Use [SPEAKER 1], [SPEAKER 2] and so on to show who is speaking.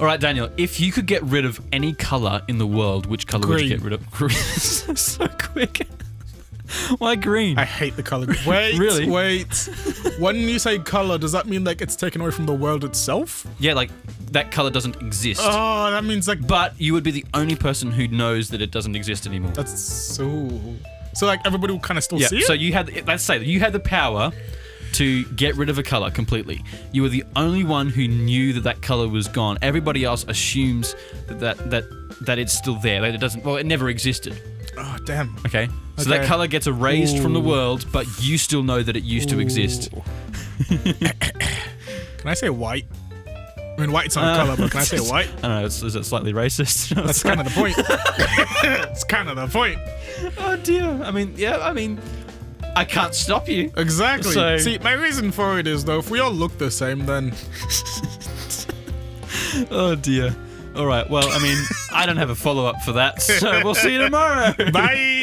[SPEAKER 1] All right, Daniel, if you could get rid of any color in the world, which color would you
[SPEAKER 2] Green.
[SPEAKER 1] get rid of? Green. so quick. Why green?
[SPEAKER 2] I hate the color. green. Wait,
[SPEAKER 1] Really?
[SPEAKER 2] wait. When you say color, does that mean like it's taken away from the world itself?
[SPEAKER 1] yeah, like that color doesn't exist.
[SPEAKER 2] Oh, that means like
[SPEAKER 1] but you would be the only person who knows that it doesn't exist anymore.
[SPEAKER 2] that's so. So like everybody will kind of still
[SPEAKER 1] yeah.
[SPEAKER 2] see it.
[SPEAKER 1] So you had let's say that you had the power to get rid of a color completely. You were the only one who knew that that color was gone. Everybody else assumes that that that, that it's still there. That it doesn't. Well, it never existed.
[SPEAKER 2] oh damn.
[SPEAKER 1] Okay. So that
[SPEAKER 2] Okay.
[SPEAKER 1] color gets erased from the
[SPEAKER 2] Ooh.
[SPEAKER 1] world, but you still know that it used to exist.
[SPEAKER 2] Can I say white? I mean, white's not
[SPEAKER 1] Uh,
[SPEAKER 2] a color, but can I say white?
[SPEAKER 1] I don't know. It's, is it slightly racist?
[SPEAKER 2] That's kind of the point. it's kind of the point.
[SPEAKER 1] oh dear. I mean, yeah. I mean, I can't stop you.
[SPEAKER 2] Exactly.
[SPEAKER 1] So-
[SPEAKER 2] See, my reason for it is though, if we all look the same, then
[SPEAKER 1] Oh dear. All right. Well, I mean, I don't have a follow up for that, so we'll see you tomorrow.
[SPEAKER 2] bye.